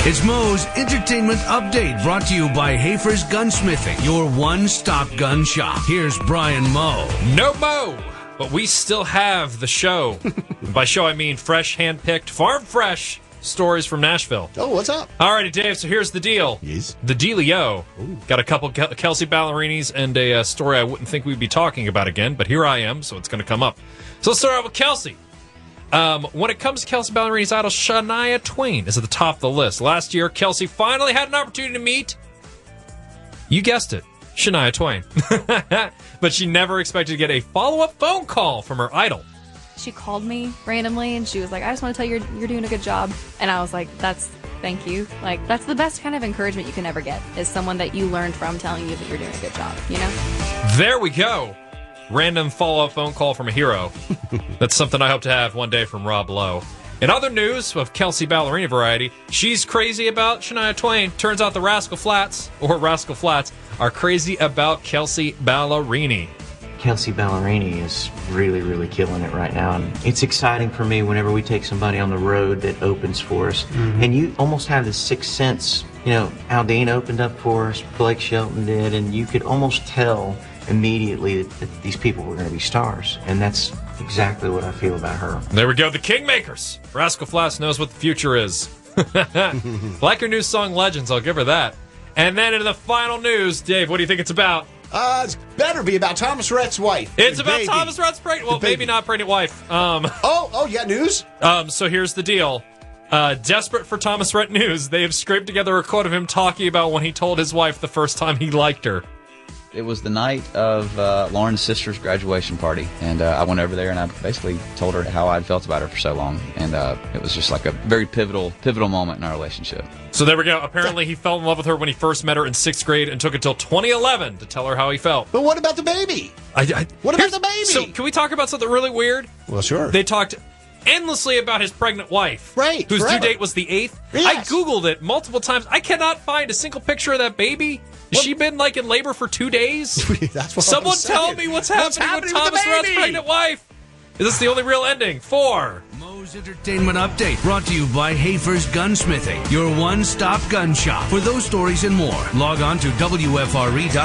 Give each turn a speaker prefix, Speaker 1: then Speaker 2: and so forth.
Speaker 1: It's Moe's Entertainment Update brought to you by Hafer's Gunsmithing, your one stop gun shop. Here's Brian Moe.
Speaker 2: No mo, but we still have the show. And By show, I mean fresh, handpicked, farm fresh stories from Nashville.
Speaker 3: Oh, what's up?
Speaker 2: Alrighty, Dave. So here's the deal.
Speaker 3: Yes.
Speaker 2: The dealio. Got a couple Kel- Kelsey Ballerinis and a uh, story I wouldn't think we'd be talking about again, but here I am, so it's going to come up. So let's start out with Kelsey. Um, when it comes to Kelsey Ballerini's idol, Shania Twain is at the top of the list. Last year, Kelsey finally had an opportunity to meet. You guessed it, Shania Twain. but she never expected to get a follow-up phone call from her idol.
Speaker 4: she called me randomly and she was like, I just want to tell you you're, you're doing a good job. And I was like, that's thank you. Like, that's the best kind of encouragement you can ever get is someone that you learned from telling you that you're doing a good job, you know?
Speaker 2: There we go. Random follow up phone call from a hero. That's something I hope to have one day from Rob Lowe. In other news of Kelsey Ballerina variety, she's crazy about Shania Twain. Turns out the Rascal Flats, or Rascal Flats, are crazy about Kelsey Ballerini.
Speaker 5: Kelsey Ballerini is really, really killing it right now. And it's exciting for me whenever we take somebody on the road that opens for us. And you almost have this sixth sense. You know, Aldine opened up for us, Blake Shelton did, and you could almost tell immediately that, that these people were going to be stars. And that's exactly what I feel about her.
Speaker 2: There we go, the Kingmakers. Rascal Flatts knows what the future is. like her new song Legends, I'll give her that. And then in the final news, Dave, what do you think it's about?
Speaker 3: Uh, it's better be about Thomas Rhett's wife.
Speaker 2: It's
Speaker 3: The
Speaker 2: about
Speaker 3: baby.
Speaker 2: Thomas Rhett's pregnant. Well,
Speaker 3: The baby.
Speaker 2: maybe not pregnant wife. Um,
Speaker 3: Oh, oh, yeah, news?
Speaker 2: Um, so here's the deal. Uh, desperate for Thomas Rhett news, they have scraped together a quote of him talking about when he told his wife the first time he liked her.
Speaker 6: It was the night of uh, Lauren's sister's graduation party, and uh, I went over there and I basically told her how I'd felt about her for so long, and uh, it was just like a very pivotal, pivotal moment in our relationship.
Speaker 2: So there we go. Apparently, he fell in love with her when he first met her in sixth grade and took until 2011 to tell her how he felt.
Speaker 3: But what about the baby?
Speaker 2: I, I,
Speaker 3: What about
Speaker 2: Here's-
Speaker 3: the baby?
Speaker 2: So can we talk about something really weird?
Speaker 3: Well, sure.
Speaker 2: They talked endlessly about his pregnant wife,
Speaker 3: Right,
Speaker 2: Whose
Speaker 3: forever.
Speaker 2: due date was the 8th.
Speaker 3: Yes.
Speaker 2: I googled it multiple times. I cannot find a single picture of that baby. Has she been like in labor for two days?
Speaker 3: That's what
Speaker 2: Someone
Speaker 3: I'm
Speaker 2: tell
Speaker 3: saying.
Speaker 2: me what's happening,
Speaker 3: What's
Speaker 2: with
Speaker 3: happening with the
Speaker 2: Thomas Rhett's
Speaker 3: baby?
Speaker 2: pregnant wife. Is this the only real ending? Four.
Speaker 1: Moe's Entertainment Update brought to you by Hafer's Gunsmithing, your one stop gun shop. For those stories and more, log on to WFRE.com.